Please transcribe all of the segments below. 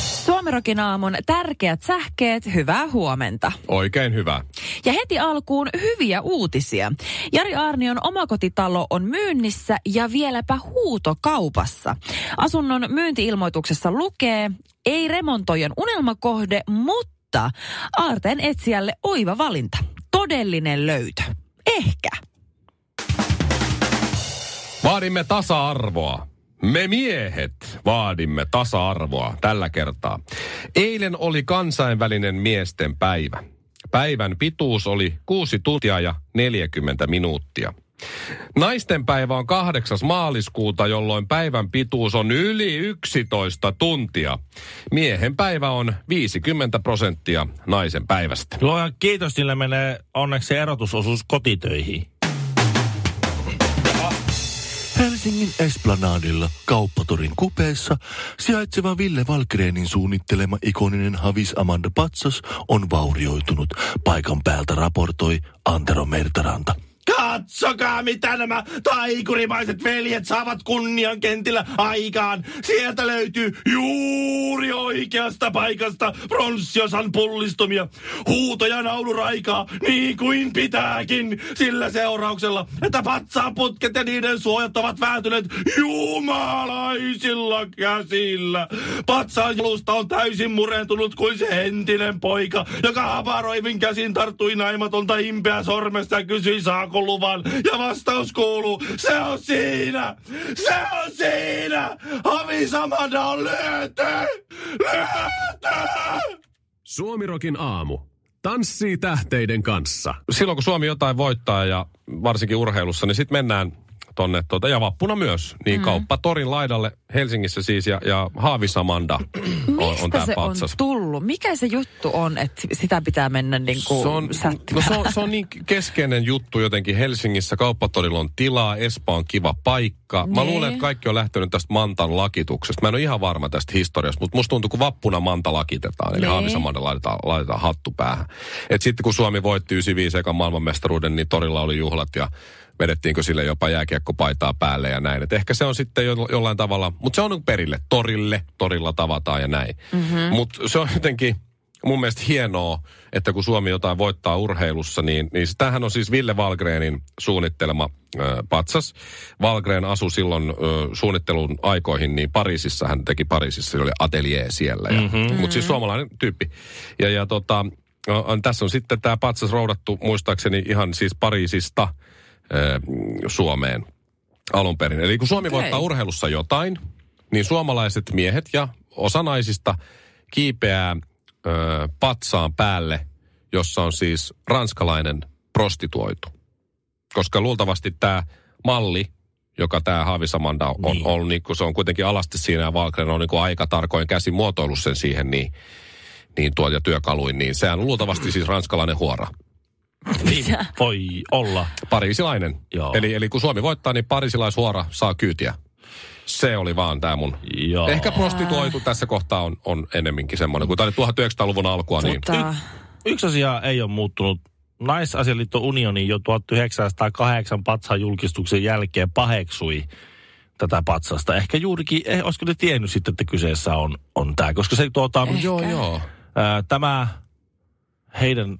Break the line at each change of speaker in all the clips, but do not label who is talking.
Suomirokin aamun tärkeät sähkeet, hyvää huomenta.
Oikein hyvä.
Ja heti alkuun hyviä uutisia. Jari Aarnion omakotitalo on myynnissä ja vieläpä huutokaupassa. Asunnon myyntiilmoituksessa lukee, ei remontojen unelmakohde, mutta aarteen etsijälle oiva valinta. Todellinen löytö. Ehkä.
Vaadimme tasa-arvoa. Me miehet vaadimme tasa-arvoa tällä kertaa. Eilen oli kansainvälinen miesten päivä. Päivän pituus oli 6 tuntia ja 40 minuuttia. Naisten päivä on 8. maaliskuuta, jolloin päivän pituus on yli 11 tuntia. Miehen päivä on 50 prosenttia naisen päivästä.
Luojan kiitos, sillä menee onneksi se erotusosuus kotitöihin.
Helsingin Esplanadilla kauppatorin kupeessa sijaitseva Ville Valkreenin suunnittelema ikoninen Havis Amanda Patsas on vaurioitunut. Paikan päältä raportoi Antero Mertaranta.
Katsokaa, mitä nämä taikurimaiset veljet saavat kunnian kentillä aikaan. Sieltä löytyy juuri oikeasta paikasta pronssiosan pullistumia. Huutoja nauluraikaa, niin kuin pitääkin. Sillä seurauksella, että patsaaputket ja niiden suojat ovat vääntyneet jumalaisilla käsillä. Patsaan jalusta on täysin murentunut kuin se entinen poika, joka haparoivin käsin tarttui naimatonta impeä sormesta ja kysyi saako saako luvan? Ja vastaus kuuluu, se on siinä! Se on siinä! Havi Samanda on lyöty! Lyöty!
Suomirokin aamu. Tanssii tähteiden kanssa.
Silloin kun Suomi jotain voittaa ja varsinkin urheilussa, niin sitten mennään tonne tuota, ja vappuna myös, niin mm. kauppatorin laidalle Helsingissä siis ja, ja Haavisamanda on,
Mistä
on tämä
se
patsas.
on tullut? Mikä se juttu on, että sitä pitää mennä niin kuin
se on, no se, on, se on niin keskeinen juttu jotenkin Helsingissä. Kauppatorilla on tilaa, Espa on kiva paikka. Mä
Niin.
luulen, että kaikki on lähtenyt tästä Mantan lakituksesta. Mä en ole ihan varma tästä historiasta, mutta musta tuntuu, kun vappuna Manta lakitetaan, eli
Niin.
Haavisamanda laitetaan, laitetaan hattu päähän. Et sitten kun Suomi voitti 95 ekan maailmanmestaruuden, niin torilla oli juhlat ja vedettiinkö sille jopa jääkiekkopaitaa päälle ja näin. Et ehkä se on sitten jo, jollain tavalla, mutta se on niinku perille, torille, torilla tavataan ja näin. Mm-hmm. Mutta se on jotenkin mun mielestä hienoa, että kun Suomi jotain voittaa urheilussa, niin, niin tämähän on siis Ville Valgrenin suunnittelema ö, patsas. Valgren asui silloin ö, suunnittelun aikoihin, niin Pariisissa hän teki Pariisissa, sillä oli atelier siellä. Mm-hmm. Mutta siis suomalainen tyyppi. Ja, ja tota, ö, on, tässä on sitten tämä patsas roudattu muistaakseni ihan siis Pariisista ö, Suomeen alun perin. Eli kun Suomi
Okei.
okay. voittaa urheilussa jotain, niin suomalaiset miehet ja osa naisista kiipeää ö, patsaan päälle, jossa on siis ranskalainen prostituoitu. Koska luultavasti tämä malli, joka tämä Haavisamanda on, niin.
Niin.
on, niin kun se on kuitenkin alasti siinä ja Valkren on niin kun aika tarkoin käsi muotoillut sen siihen, niin, niin tuon ja työkaluin, niin sehän on luultavasti siis ranskalainen huora.
Niin voi olla.
Pariisilainen.
Joo.
Eli, eli kun Suomi voittaa, niin pariisilaishuora saa kyytiä. Se oli vaan tämä mun.
Joo.
Ehkä prostituoitu tässä kohtaa on, on enemminkin semmoinen. Kun tämä oli 1900-luvun alkua, niin
Mutta,
Yksi asia ei ole muuttunut. Naisasialiitto Unioni jo 1908 patsan julkistuksen jälkeen paheksui tätä patsasta. Ehkä juurikin, eh, olisiko ne tiennyt sitten, että kyseessä on, on tämä, koska se tuota,
joo joo.
Ää, tämä heidän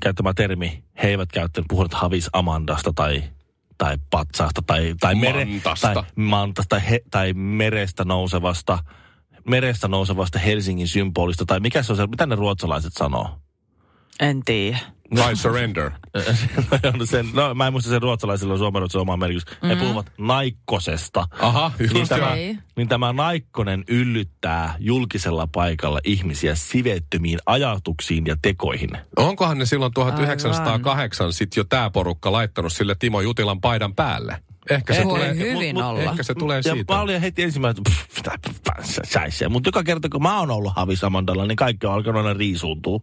käyttämä termi, he eivät käyttäneet puhunut Havis Amandasta tai, tai patsaasta tai, tai, mere,
Mantasta.
tai, mantasta, tai, he, tai merestä nousevasta merestä nousevasta Helsingin symbolista, tai mikä se on se, mitä ne ruotsalaiset sanoo?
en tiedä.
I surrender.
No sen, no, mä en muista sen ruotsalaisilla on suomalaisilla oma merkitys. Mm.
Mm-hmm.
He puhuvat naikkosesta.
Aha,
Niin
just
tämä,
tämä.
Okei.
niin tämä naikkonen yllyttää julkisella paikalla ihmisiä sivettömiin ajatuksiin ja tekoihin.
Onkohan ne silloin 1908 sitten jo tämä porukka laittanut sille Timo Jutilan paidan päälle? Ehkä se
Voi
tulee,
hyvin
mut- mut
olla.
Ehkä se tulee
ja
siitä.
mä olin heti ensimmäisenä, pff, mitä pff, säissä. Mutta joka kerta kun mä oon ollut Havisamandalla, niin kaikki on alkanut aina riisuuntua.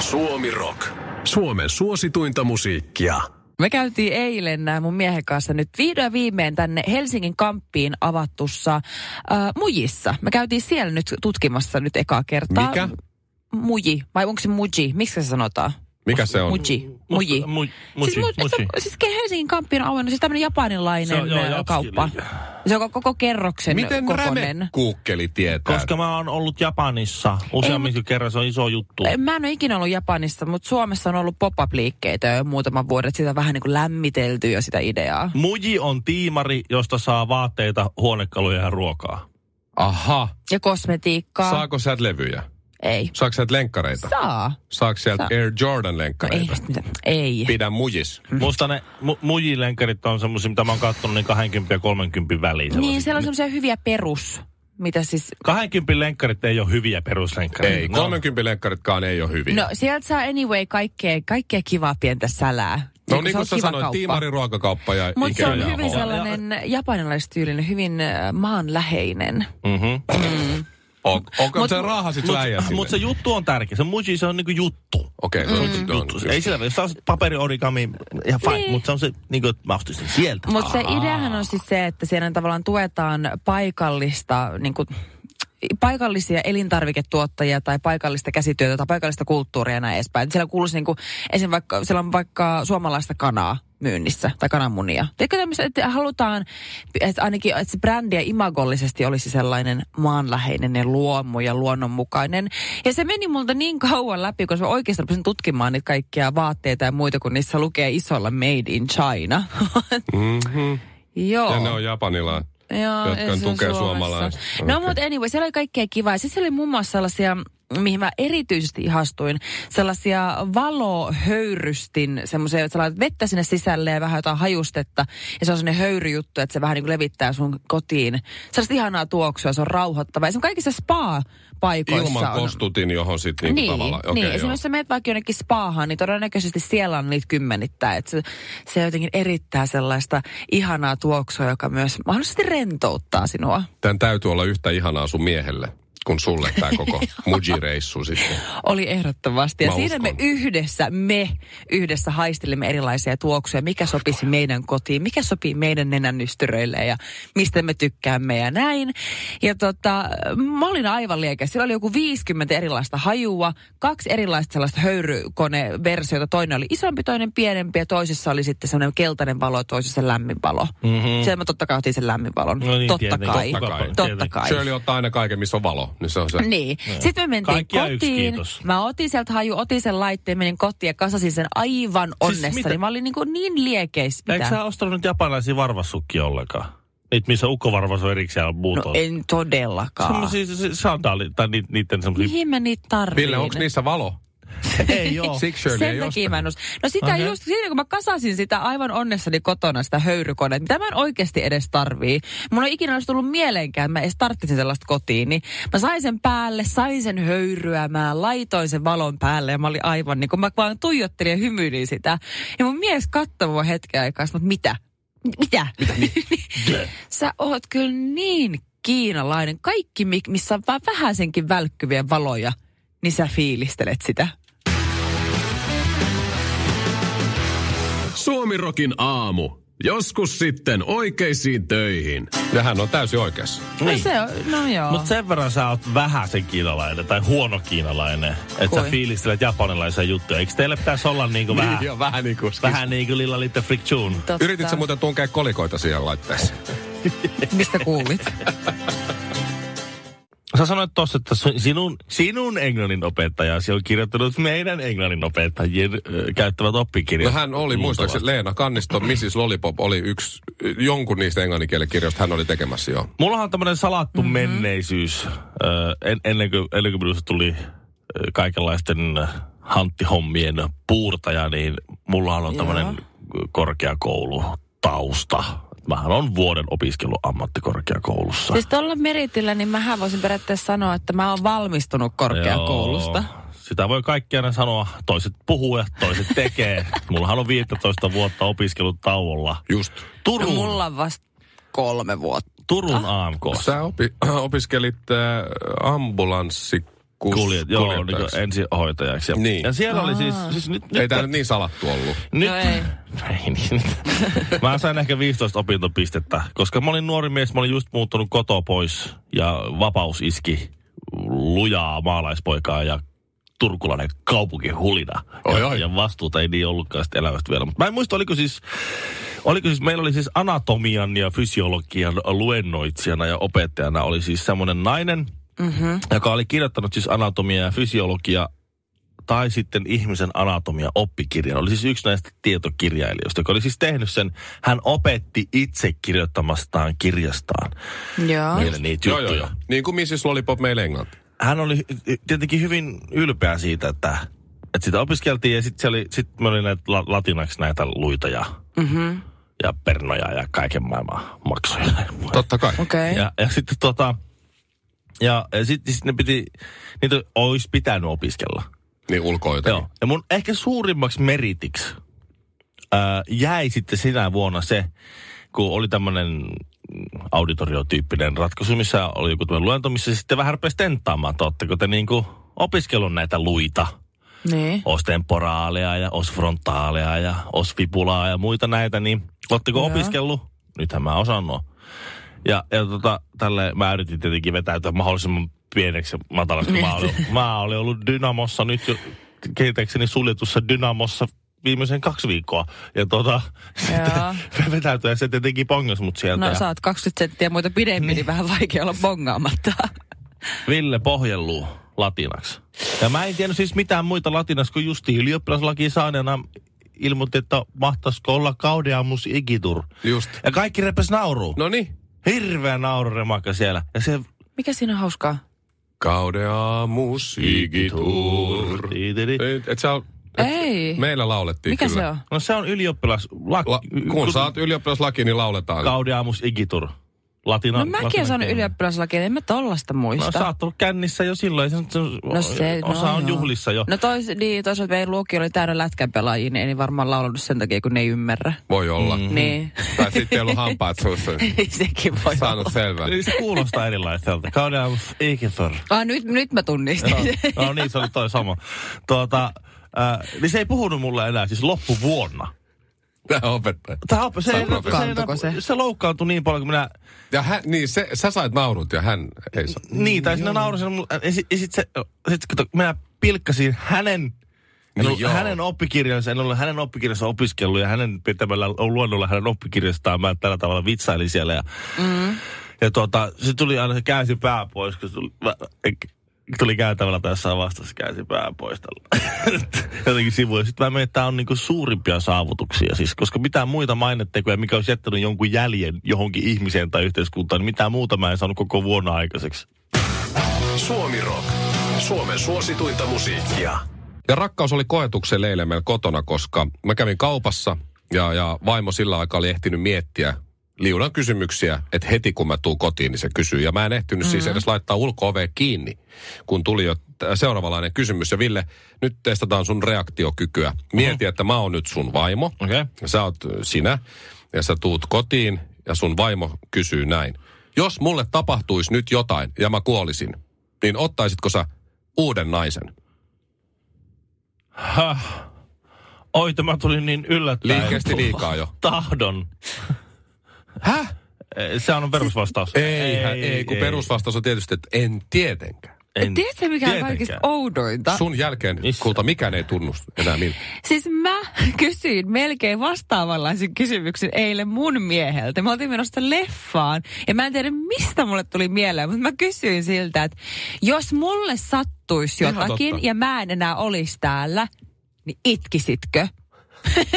Suomi Rock. Suomen suosituinta musiikkia.
Me käytiin eilen nää mun miehen kanssa nyt vihdoin ja viimein tänne Helsingin kamppiin avattussa äh, mujissa. Me käytiin siellä nyt tutkimassa nyt ekaa kertaa.
Mikä?
Muji. Vai onko se muji? Miksi se sanotaan?
Mikä se on?
Muji. Muji.
Mu-
Siis, mu-
muji, muji.
Se, siis Helsingin kamppi on avannut, siis tämmöinen japanilainen
Se on, joo,
ö,
japski
kauppa.
liike.
Se on ko- koko kerroksen
Miten
kokoinen.
räme kuukkeli tietää?
Koska mä oon ollut Japanissa useammin kerran, se on iso juttu.
En- Mä en ole ikinä ollut Japanissa, mutta Suomessa on ollut pop-up-liikkeitä jo muutaman vuoden. että Sitä on vähän niin kuin lämmitelty jo sitä ideaa.
Muji on tiimari, josta saa vaatteita, huonekaluja ja ruokaa.
Aha.
Ja kosmetiikkaa.
Saako sä levyjä?
Ei.
Saako sä lenkkareita?
Saa.
Saako sieltä
Saa. No
Air
ei,
Jordan-lenkkareita?
mitä- ei.
Pidä mujis.
Mm-hmm. Musta ne mu- mujilenkerit on semmoisia, mitä mä oon kattonut, niin 20 ja 30 väliin.
Niin,
sellaisia.
siellä on semmoisia hyviä perus, mitä siis...
20 lenkkarit ei ole hyviä peruslenkkareita.
Ei, no.
Ne on-
30 lenkkaritkaan ei ole hyviä.
No, sieltä saa anyway kaikkea, kaikkea kivaa pientä sälää.
no
Niinku
niin
se on
kuin sä
kiva
sanoit,
kauppa.
tiimari, ruokakauppa ja
Mutta se
Ikea ja
on hyvin
H&M.
sellainen japanilaistyylinen, hyvin äh, maanläheinen.
On, onko
Mut-
mut, se raha sit sun äijä
Mm-hmm. Mut,
sinne?
mut se juttu on tärkeä. Se muji, se on niinku juttu.
Okei, okay, mm. no,
juttu. Ei sillä, jos sä oot paperiorigami, ihan fine.
Niin.
Mutta se on se, niinku, että mä ostin sen sieltä.
Mutta se ideahan on siis se, että siellä tavallaan tuetaan paikallista, niin kuin, paikallisia elintarviketuottajia tai paikallista käsityötä tai paikallista kulttuuria ja näin edespäin. Siellä kuuluisi niin kuin, esim. Vaikka, siellä on vaikka suomalaista kanaa myynnissä tai kananmunia. Tiedätkö tämmöistä, että halutaan, että ainakin että se brändi ja imagollisesti olisi sellainen maanläheinen ja luomu ja luonnonmukainen. Ja se meni multa niin kauan läpi, kun mä oikeasti rupesin tutkimaan niitä kaikkia vaatteita ja muita, kun niissä lukee isolla Made in China.
Mm-hmm.
Joo.
Ja ne on japanilaa.
Joo,
jotka
ei
on
se on
tukea
Suomessa.
suomalaista.
No
Okei.
mutta anyway, siellä oli kaikkea kivaa. Sitten siellä oli muun muassa sellaisia, mihin mä erityisesti ihastuin, sellaisia valohöyrystin, semmoisia, että sä laitat vettä sinne sisälle ja vähän jotain hajustetta. Ja se on sellainen höyryjuttu, että se vähän niin kuin levittää sun kotiin. Sellaista ihanaa tuoksua, se on rauhoittava. Ja se on kaikissa spa-paikoissa.
Ilman
on.
kostutin, johon sit niinku
niin,
tavallaan. Okei,
niin.
joo.
esimerkiksi jos sä menet vaikka jonnekin spaahan, niin todennäköisesti siellä on niitä kymmenittäin. Että se, se jotenkin erittää sellaista ihanaa tuoksua, joka myös mahdollisesti rentouttaa sinua.
Tämän täytyy olla yhtä ihanaa sun miehelle kuin sulle tämä koko mujireissu sitten.
Oli ehdottomasti. Ja
Mä
siinä
uskon.
me yhdessä, me yhdessä haistelimme erilaisia tuoksuja, mikä sopisi meidän kotiin, mikä sopii meidän nenänystyröille ja mistä me tykkäämme ja näin. Ja tota, mä olin aivan liekä. Siellä oli joku 50 erilaista hajua, kaksi erilaista sellaista höyrykoneversiota. Toinen oli isompi, toinen pienempi ja toisessa oli sitten sellainen keltainen valo ja toisessa lämmin valo.
Mhm.
Mm-hmm. Siellä mä totta kai otin sen lämmin valon.
No niin,
totta,
tietenkin.
kai.
Totta kai.
Totta kai.
Shirley ottaa aina kaiken, missä on valo. Niin se on se.
Niin. Sitten me mentiin
Kaikkia yksi,
kotiin.
kiitos.
mä otin sieltä haju, otin sen laitteen, menin kotiin ja kasasin sen aivan onnessani.
Siis mitä?
Mä olin niin, kuin niin liekeis.
Eikö sä ostanut nyt japanilaisia varvassukkia ollenkaan? Niitä, missä ukkovarvas on erikseen ja muut
No
on.
en todellakaan.
Semmoisia se- se- sandaalit, tai niit- niitten semmoisia.
Mihin mä niitä tarviin?
Ville, onko niissä valo?
Ei joo.
Siksi Shirley
Sen
ei
takia
osta.
mä en us... No sitä okay.
Okei.
just, siinä kun mä kasasin sitä aivan onnessani kotona, sitä höyrykoneet, mitä mä en oikeasti edes tarvii. Mun ei ikinä olisi tullut mieleenkään, että mä edes tarttisin sellaista kotiin, niin mä sain sen päälle, sain sen höyryä, mä laitoin sen valon päälle ja mä olin aivan niin kun mä vaan tuijottelin ja hymyilin sitä. Ja mun mies katsoi mua hetken aikaa, mutta mitä? Mitä? Mitä? Sä oot kyllä niin kiinalainen. Kaikki, mi- missä on vaan vähäisenkin välkkyviä valoja, niin sä fiilistelet sitä.
Suomi Rokin aamu. Joskus sitten oikeisiin töihin.
Ja hän on täysin oikeassa.
No
Niin.
se on, no joo.
Mutta sen verran sä oot vähän sen kiinalainen tai huono kiinalainen, että sä
Kui?
fiilistelet japanilaisia juttuja. Eikö teille pitäisi olla niinku vähän,
Joo, vähän niin kuin.
vähän niinku Lilla Little Frick Tune?
Totta.
Yritit sä muuten tunkea kolikoita siihen laitteeseen?
Mistä kuulit?
Sä sanoit tossa, että su- sinun, sinun englannin opettajasi on kirjoittanut meidän englannin opettajien ö, käyttävät
No
oppikirjat.
hän oli, muistaakseni Leena Kannisto, Mrs. Lollipop oli yksi, jonkun niistä englanninkielen kirjoista hän oli tekemässä joo.
Mulla on tämmönen salattu mm-hmm. menneisyys ö, en, ennen, kuin, ennen kuin minusta tuli ö, kaikenlaisten ö, hanttihommien puurtaja, niin mulla on tämmönen korkeakoulutausta. Mähän on vuoden opiskellut ammattikorkeakoulussa.
siis tuolla meritillä, niin mähän voisin periaatteessa sanoa, että mä oon valmistunut korkeakoulusta.
Joo. sitä voi kaikki aina sanoa. Toiset puhuu ja toiset tekee. Mullahan on 15 vuotta opiskellut tauolla.
Just.
No,
Turun,
mulla Ah. on vasta kolme vuotta.
Turun AMK.
Sä opi, opiskelit äh, ambulanssi
Kuljet, joo, niin kuin ensihoitajaksi. Ja,
Niin.
ja siellä oli siis, siis nyt,
Ei
nyt,
tää nyt niin salattu ollut.
nyt,
No ei.
ei niin. Mä sain ehkä 15 opintopistettä, koska mä olin nuori mies, mä olin just muuttunut kotoa pois ja vapaus iski lujaa maalaispoikaa ja turkulainen kaupunki hulina.
Oi,
ja,
oi.
ja vastuuta ei niin ollutkaan sitten elämästä vielä. Mutta mä en muista, oliko siis, oliko siis, meillä oli siis anatomian ja fysiologian luennoitsijana ja opettajana oli siis semmoinen nainen, mm-hmm. joka oli kirjoittanut siis anatomia ja fysiologia tai sitten ihmisen anatomia oppikirjan. Oli siis yksi näistä tietokirjailijoista, joka oli siis tehnyt sen. Hän opetti itse kirjoittamastaan kirjastaan
Joo.
meille niitä
Joo,
juttuja.
joo, joo. Niin kuin Mrs. Lollipop meillä englanti.
Hän oli hy- tietenkin hyvin ylpeä siitä, että, että sitä opiskeltiin ja sitten oli, sit me oli näitä la- latinaksi näitä luita ja, mm-hmm. ja pernoja ja kaiken maailman maksuja.
Totta kai.
Okei. Okay.
Ja, ja sitten tota, ja sitten sit ne piti, niitä olisi pitänyt opiskella.
Niin ulkoa jotenkin.
Joo. Ja mun ehkä suurimmaksi meritiksi ää, jäi sitten sinä vuonna se, kun oli tämmöinen auditoriotyyppinen ratkaisu, missä oli joku tämmöinen luento, missä sitten vähän rupesi tenttaamaan, että ootteko te niinku opiskellut näitä luita,
Niin.
os temporaalea ja os frontaalea ja os fibulaa ja muita näitä, niin ootteko
Joo.
opiskellut? Nythän mä osaan nuo. Ja, ja tota, tälle mä yritin tietenkin vetäytyä mahdollisimman pieneksi ja matalaksi.
Niin.
Mä olin, mä olin ollut Dynamossa nyt jo, tietääkseni suljetussa Dynamossa viimeisen kaksi viikkoa. Ja tota,
Joo.
sitten vetäytyä se tietenkin pongas mut sieltä.
No
ja
sä oot 20 senttiä muita pidempi, niin. niin vähän vaikea olla bongaamatta.
Ville pohjelluu latinaksi. Ja mä en tiennyt siis mitään muita latinaksi kuin justi ylioppilaslaki saaneena ilmoitti, että mahtaisiko olla kaudeamus igitur.
Just.
Ja kaikki repes nauruu. No.
No niin.
Hirveä naururemakka siellä. Ja se...
Mikä siinä on hauskaa?
Kaudeamus igitur. Et, et sä, oo- et,
Ei.
Meillä laulettiin
Mikä
kyllä.
se on?
No se on ylioppilaslaki.
La, kun sä oot ylioppilaslaki, niin lauletaan.
Kaudeamus igitur. Latina,
No mäkin olen
latinan
saanut
kieli.
ylioppilaslaki, en mä tollasta muista.
No sä oot ollut kännissä jo silloin. Se, se,
No se,
osa
no joo.
on juhlissa jo.
No tois, niin, toisaalta meidän luokki oli täynnä lätkänpelaajia, niin ei ne varmaan laulanut sen takia, kun ne ei ymmärrä.
Voi olla.
Mhm.
Mm. Niin.
Tai sitten ei ollut hampaat suussa.
Sekin voi
Saanut
olla.
selvää.
Eli se kuulostaa erilaiselta. Kaudeamus igitur.
Ah, nyt, nyt mä tunnistin.
No, no niin, se oli toi sama. Tuota, äh, niin se ei puhunut mulle enää siis loppuvuonna.
Tää opettaja.
Tämä op, se, ei-
Loukkaantuko
se, ei-
se?
se loukkaantui niin paljon, kun minä...
Ja hän, niin se, sä sait naurut ja hän ei saa.
Niin, tai sinä naurasin. mulle- Ja sit, ja sit, se, sit kato, minä pilkkasin hänen en
Niin
ollut,
joo.
hänen oppikirjansa, en ole hänen oppikirjansa opiskellut ja hänen pitämällä luonnolla hänen oppikirjastaan mä tällä tavalla vitsailin siellä. Ja, mm.
Mm-hmm.
ja tuota, se tuli aina se käänsi pää pois, kun se tuli, mä, tuli käytävällä tai jossain vastassa käänsi pää pois tällä. Jotenkin sivuja. Sitten mä mietin, että tämä on niinku suurimpia saavutuksia. Siis, koska mitään muita mainettekoja, mikä olisi jättänyt jonkun jäljen johonkin ihmiseen tai yhteiskuntaan, niin mitään muuta mä en saanut koko vuonna aikaiseksi.
Suomi Rock. Suomen suosituinta musiikkia.
Ja rakkaus oli koetuksella eilen meillä kotona, koska mä kävin kaupassa ja, ja vaimo sillä aikaa oli ehtinyt miettiä liudan kysymyksiä, että heti kun mä tuun kotiin, niin se kysyy. Ja mä en ehtinyt mm. siis edes laittaa ulko kiinni, kun tuli jo t- seuraavanlainen kysymys. Ja Ville, nyt testataan sun reaktiokykyä. Mieti, että mä oon nyt sun vaimo.
Okei. Okay.
Ja sä oot sinä ja sä tuut kotiin ja sun vaimo kysyy näin. Jos mulle tapahtuisi nyt jotain ja mä kuolisin, niin ottaisitko sä uuden naisen?
Oi, tämä tuli niin yllättäen.
Liikkeesti liikaa jo.
Tahdon.
Häh?
Eh, Se on perusvastaus.
Siis Ei, ei, ei kun perusvastaus on tietysti, että en tietenkään.
En
Tiedätkö mikä on
tietenkään.
kaikista oudointa?
Sun jälkeen,
Missä?
kulta, mikään ei tunnustu enää miltä.
Siis mä kysyin melkein vastaavanlaisen kysymyksen eilen mun mieheltä. Me oltiin menossa leffaan ja mä en tiedä mistä mulle tuli mieleen, mutta mä kysyin siltä, että jos mulle sattuisi
Ihan
jotakin
totta.
ja mä en enää olisi täällä, niin itkisitkö?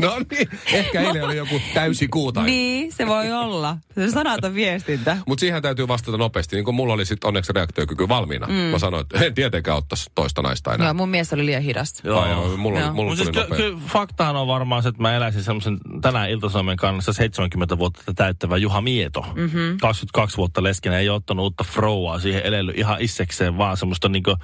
No niin, ehkä eilen oli joku täysi kuu tai
Niin, se voi olla. Se on sanaton viestintä.
Mutta siihen täytyy vastata nopeasti. Niin kuin mulla oli sitten onneksi reaktiokyky valmiina. Mm. Mä sanoin, että en tietenkään ottaisi toista naista enää.
Joo, mun mies oli liian hidas.
Joo. Ai, joo, mulla,
Joo.
joo. mulla
Mut
tuli
siis ky-
nopea.
ky- faktahan on varmaan se, että mä eläisin semmoisen tänään Ilta-Suomen kannassa 70 vuotta täyttävä Juha Mieto. Mm-hmm. 22 vuotta leskenä ei ole ottanut uutta frouaa siihen elellyt ihan issekseen, vaan semmoista, niinku,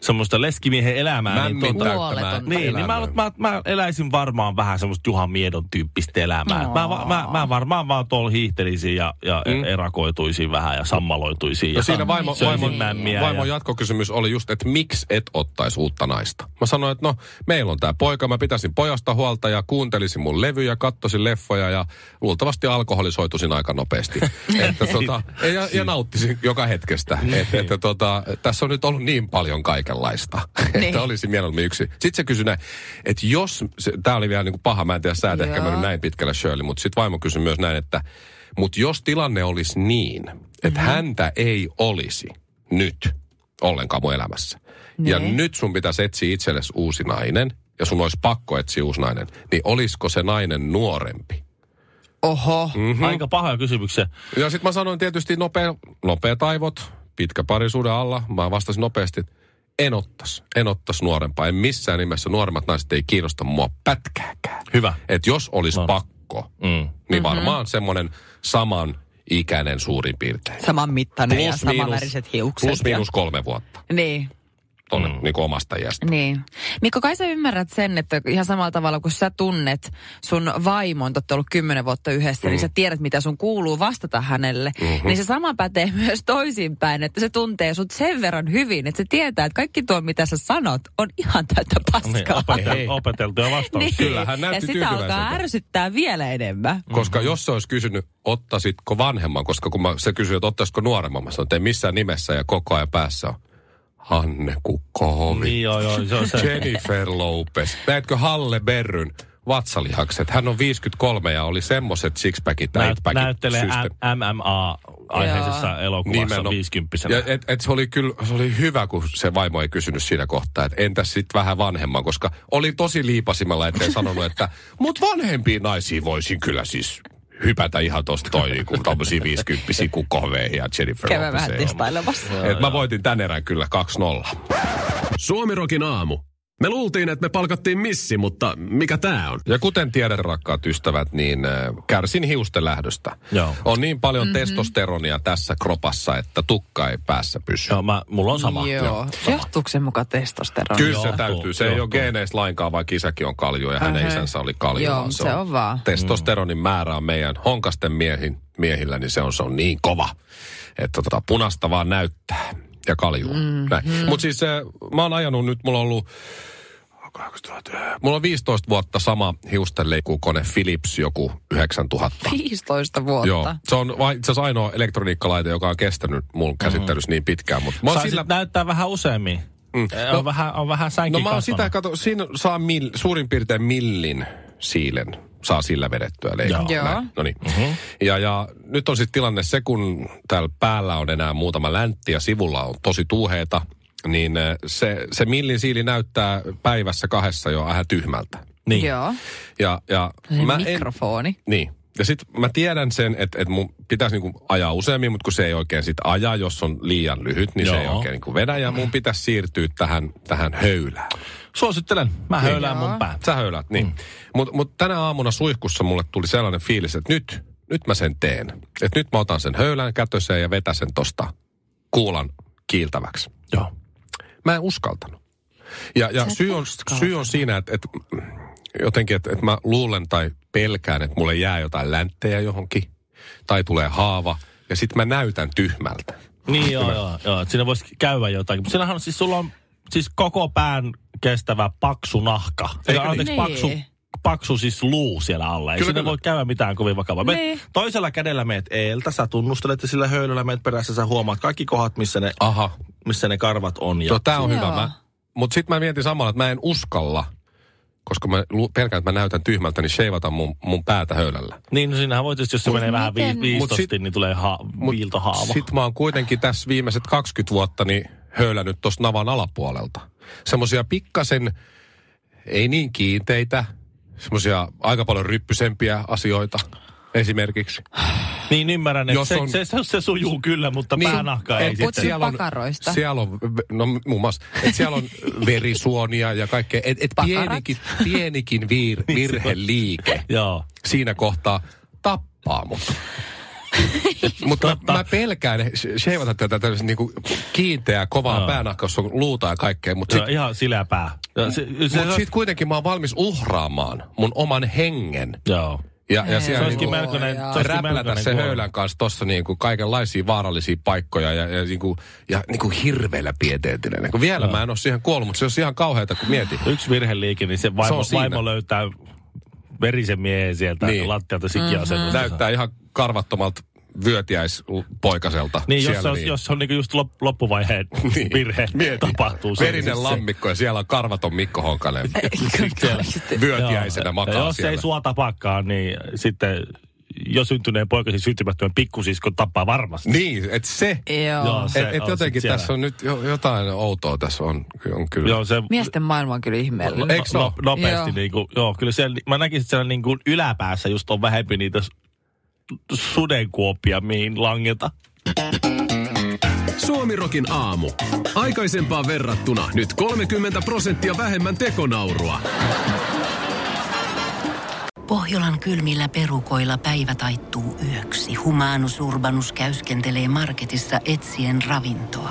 semmoista leskimiehen elämää.
Mämmin
tota-
täyttämään
Huoletonta.
niin, niin mä,
elämää.
luulen, että mä, mä, eläisin varmaan vähän semmoista Juha Miedon tyyppistä elämää. Mä, va- mä, mä, varmaan vaan tuolla hiihtelisin ja, ja mm. erakoituisin vähän ja sammaloituisin.
No
ja
siinä vaimo,
söisin
vaimon,
mämmiä
vaimon
ja-
jatkokysymys oli just, että miksi et ottaisi uutta naista? Mä sanoin, että no, meillä on tämä poika, mä pitäisin pojasta huolta ja kuuntelisin mun levyjä, kattosin leffoja ja luultavasti alkoholisoituisin aika nopeasti. että, tota, ja,
Niin.
ja nauttisin joka hetkestä. että, että, tota, tässä on nyt ollut niin paljon kaikenlaista,
Niin.
että olisi mieluummin yksi. Sitten se kysyi näin, että jos, tämä oli vielä niinku paha, mä en tiedä, sä et ehkä
Joo.
mennyt näin pitkälle Shirley, mutta sitten vaimo kysyi myös näin, että mutta jos tilanne olisi niin, että mm-hmm. häntä ei olisi nyt ollenkaan mun elämässä, niin. ja nyt sun pitäisi etsiä itsellesi uusi nainen, ja sun olisi pakko etsiä uusi nainen, niin olisiko se nainen nuorempi?
Oho.
Aika pahoja kysymyksiä.
Ja sitten mä sanoin tietysti nopea, nopeat aivot, pitkä parisuuden alla. Mä vastasin nopeasti, että en ottas, en ottas nuorempaa. En missään nimessä nuoremmat naiset ei kiinnosta mua pätkääkään.
Hyvä.
Että jos olisi no. pakko,
Mm.
Mhm.
niin varmaan semmoinen saman ikäinen suurin piirtein.
Saman mittainen
Plus
ja
miinus-
samanväriset hiukset.
Plus
ja-
miinus kolme vuotta
Niin.
tuonne mm. niin omasta iästä.
Niin. Mikko, kai sä ymmärrät sen, että ihan samalla tavalla kun sä tunnet sun vaimon, te ootte ollut kymmenen vuotta yhdessä, mm. niin sä tiedät, mitä sun kuuluu vastata hänelle. Mm-hmm. Niin se sama pätee myös toisinpäin, että se tuntee sut sen verran hyvin, että se tietää, että kaikki tuo, mitä sä sanot, on ihan täyttä
Niin,
paskaa.
opetel, opeteltuja vastauksia.
Niin.
Kyllä, hän näytti
ja sitä alkaa
tyytyväiseltä.
ärsyttää vielä enemmän.
Koska
Mm-hmm.
jos se olisi kysynyt, ottasitko vanhemman, koska kun mä, se kysyi, että ottaisiko nuoremman, mä sanoin, että ei missään nimessä ja koko ajan päässä on Hanne Kukkohovi.
Niin, joo, joo, se on se.
Jennifer Lopez. Näetkö Halle Berryn vatsalihakset? Hän on 53 ja oli semmoset sixpackit,
Näyt,
eightpackit.
näyttelee
systeemi-
M- MMA-aiheisessa elokuvassa
Nimenomaan.
50
Ja et, et se oli kyllä, se oli hyvä, kun se vaimo ei kysynyt siinä kohtaa, että entäs sitten vähän vanhemman, koska oli tosi liipasimella, ettei sanonut, että mut vanhempiin naisiin voisin kyllä siis hypätä ihan tosta toi niinku tommosia viisikymppisiä kukkohveihin ja Jennifer
Käydään vähän
Lopezeihin.
testailemassa.
Et mä voitin tän erän kyllä 2-0.
Suomirokin aamu. Me luultiin, että me palkattiin missi, mutta mikä tää on?
Ja kuten tiedät, rakkaat ystävät, niin äh, kärsin hiusten lähdöstä.
Joo. Mhm.
On niin paljon mm-hmm. testosteronia tässä kropassa, että tukka ei päässä pysy.
Joo, mä, mulla on sama.
Joo. Johtuuko se mukaan testosteroni?
Kyllä se
Johtuu,
täytyy. Se ei ole
johtuu.
geeneistä lainkaan, vaikka isäkin on kalju ja hänen
Ähä.
isänsä oli kalju.
Joo,
vaan
se on vaan.
Testosteronin määrä on meidän honkasten miehin, miehillä, niin se on, se on niin kova, että tota, punasta vaan näyttää ja kaljuu.
Mhm.
Mm-hmm. Mutta siis äh, mä oon ajanut nyt, mulla on ollut 2000, Mulla on 15 vuotta sama hiustenleikkuukone Philips joku 9000.
15 vuotta.
Joo, se on vai- itse asiassa ainoa elektroniikkalaite, joka on kestänyt mun käsittelyssä niin pitkään. Mutta mä oon
Saa
sillä
sillä... näyttää vähän useammin. Mm. No, on vähän, on vähän sänkin
No mä oon
kasvanut.
sitä, kato, siinä saa mill, suurin piirtein millin siilen saa sillä vedettyä leikata.
Joo. Joo.
No niin.
Mhm.
Mm-hmm. Ja, ja nyt on sitten tilanne se, kun täällä päällä on enää muutama läntti ja sivulla on tosi tuuheita, niin eh, se, se millin siili näyttää päivässä kahdessa jo vähän tyhmältä.
Niin.
Joo.
Ja, ja
Se
mä en,
mikrofoni.
niin. Ja sitten mä tiedän sen, että et mun pitäisi niinku ajaa useammin, mutta kun se ei oikein sit aja, jos on liian lyhyt, niin Joo. se ei
Joo.
oikein niinku vedä. Ja mun pitäisi siirtyä tähän, tähän höylään.
Suosittelen. Mä niin. höylään
Joo.
mun pää.
Sä höylät, niin. Mm. Mutta mut tänä aamuna suihkussa mulle tuli sellainen fiilis, että nyt, nyt mä sen teen. Että nyt mä otan sen höylän kätöseen ja vetäsen sen tosta kuulan kiiltäväksi.
Joo.
Mä en uskaltanut. Ja,
Sä
ja
et
syy, on,
uskaltanut.
syy on siinä, että, että mm, jotenkin, että, että mä luulen tai pelkään, että mulle jää jotain länttejä johonkin. Tai tulee haava. Ja sit mä näytän tyhmältä.
Niin joo, joo, joo. että Siinä voisi käydä jotakin. Mutta sinähän on siis, sulla on siis koko pään kestävä paksu nahka. Eikä,
niin?
anteeksi, paksu,
Niin.
paksu siis luu siellä alla.
Kyllä,
Ei kyllä, siinä
kyllä.
voi käydä mitään kovin vakavaa.
Niin.
Niin. Toisella kädellä meet eeltä, sä tunnustelet ja sillä höylyllä meet perässä, sä huomaat kaikki kohdat, missä ne,
Aha,
missä ne karvat on. Ja,
Joo, tää on
Joo.
hyvä. Mä, mut sit mä mietin samalla, että mä en uskalla, koska mä lu- pelkään, että mä näytän tyhmältä, niin sheivata mun, mun päätä höylällä.
niin no siinähän voi tietysti, jos se menee vähän
miten-
vi-
Mut sit-
viistosti, niin tulee ha- viiltohaava.
Sit mä oon kuitenkin tässä viimeiset 20 vuotta niin höylännyt tosta navan alapuolelta. Semmosia pikkasen, ei niin kiinteitä, semmoisia aika paljon ryppysempiä asioita esimerkiksi.
Niin ymmärrän, että
Jos
se,
on-
se, se, se sujuu kyllä, mutta niin, päänahka ei
et
sitten.
Putsut pakaroista.
Siellä on, no muun muassa, että siellä on verisuonia ja kaikkea. Et, et
Pakarat.
pienikin, pienikin viir, virheliike
Joo.
siinä kohtaa tappaa mut. Mutta mä, mä pelkään sheivata tätä tällaista niinku kiinteää, kovaa no. päänahkausta, luuta ja kaikkea. Mutta sit,
Joo, ihan siläpää. Ja Se, se,
mut sit kuitenkin mä oon valmis uhraamaan mun oman hengen.
Joo.
Ja, ja
Se
siellä
olisikin
niinku-
melkoinen, se olisikin
räplätä
melkoinen
se
kuolema.
höylän kanssa tuossa niinku kaikenlaisia vaarallisia paikkoja ja, ja, niinku, ja niinku hirveellä pieteetinen. Niin Kun vielä no. mä en ole siihen kuollut, mutta se on ihan kauheata, kun mietin.
Yksi virheliike, niin se vaimo,
on
se
siinä.
vaimo löytää verisen miehen sieltä
Niin.
niin. lattialta sikiasennosta.
Näyttää ihan karvattomalta vyötiäispoikaselta
Niin, jos,
siellä.
on, jos se on niinku just lop- loppuvaiheen
Niin.
virhe
Mieti.
tapahtuu. se-
Verinen
se-
lammikko ja siellä on karvaton Mikko Honkanen
Kyllä.
vyötiäisenä
Ja
makaa
Jos
siellä.
ei sua tapakaan, niin sitten jo syntyneen poikasi syntymättömän pikkusiskon tappaa varmasti.
Niin, että se,
Joo.
Joo, se
et, et
on
jotenkin
sit siellä.
tässä on nyt jo, jotain outoa tässä on, on kyllä.
Joo, se
Miesten maailma on kyllä ihmeellinen.
Eiks oo?
nopeasti
Joo.
niin kuin, joo, kyllä siellä, mä näkisin, että siellä niin kuin yläpäässä just on vähempi niitä s- sudenkuoppia, mihin langeta.
Suomirokin aamu. Aikaisempaan verrattuna nyt 30 prosenttia vähemmän tekonaurua.
Pohjolan kylmillä perukoilla päivä taittuu yöksi. Humanus Urbanus käyskentelee marketissa etsien ravintoa.